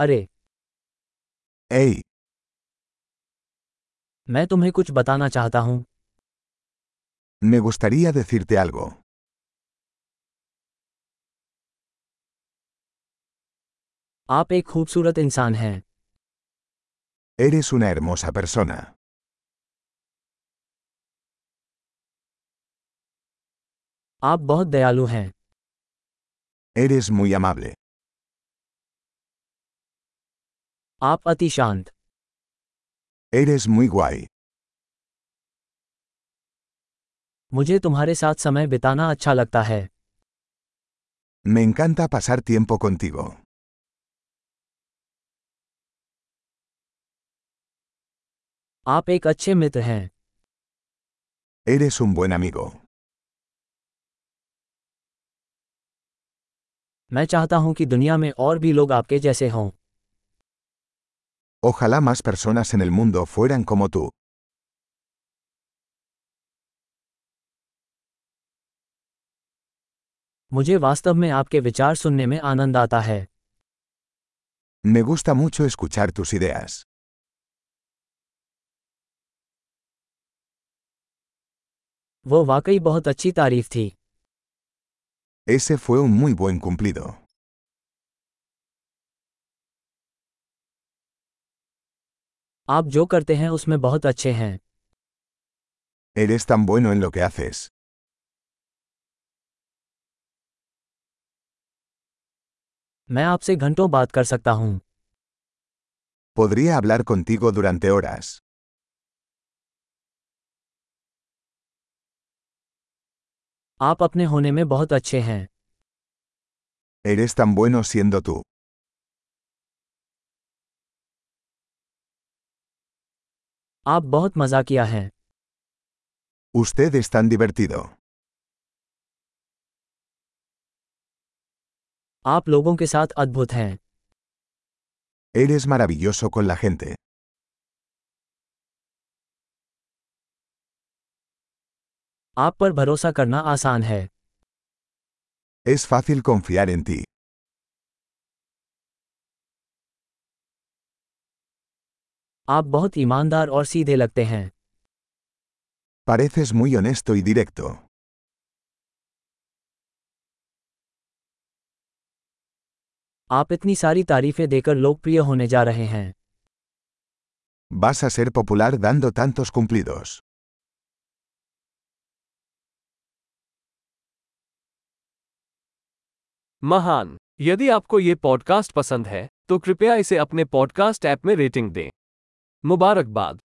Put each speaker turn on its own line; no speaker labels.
अरे
Hey,
मैं तुम्हें कुछ बताना चाहता हूँ
me gustaría decirte algo.
आप एक खूबसूरत इंसान हैं
Eres una hermosa persona.
आप बहुत दयालु हैं
Eres muy amable.
आप अति शांत
Eres muy guay.
मुझे तुम्हारे साथ समय बिताना अच्छा लगता है
Me encanta pasar tiempo contigo.
आप एक अच्छे मित्र हैं
Eres un buen amigo.
मैं चाहता हूँ कि दुनिया में और भी लोग आपके जैसे हों
Ojalá más personas en el mundo fueran como tú.
मुझे वास्तव में आपके विचार सुनने में आनंद आता है
Me gusta mucho escuchar tus ideas.
वो वाकई बहुत अच्छी तारीफ थी
Ese fue un muy buen cumplido.
आप जो करते हैं उसमें बहुत अच्छे हैं
Eres tan bueno en lo que haces.
मैं आपसे घंटों बात कर सकता हूँ
Podría hablar contigo durante horas.
आप अपने होने में बहुत अच्छे हैं
Eres tan bueno siendo tú.
आप बहुत मजा किया है
Usted es tan divertido.
आप लोगों के साथ अद्भुत हैं
Eres maravilloso con la gente.
आप पर भरोसा करना आसान है
Es fácil confiar en ti.
आप बहुत ईमानदार और सीधे लगते हैं
Pareces muy honesto y directo.
आप इतनी सारी तारीफें देकर लोकप्रिय होने जा रहे हैं
Vas a ser popular dando tantos cumplidos.
महान यदि आपको ये पॉडकास्ट पसंद है तो कृपया इसे अपने पॉडकास्ट ऐप में रेटिंग दें मुबारकबाद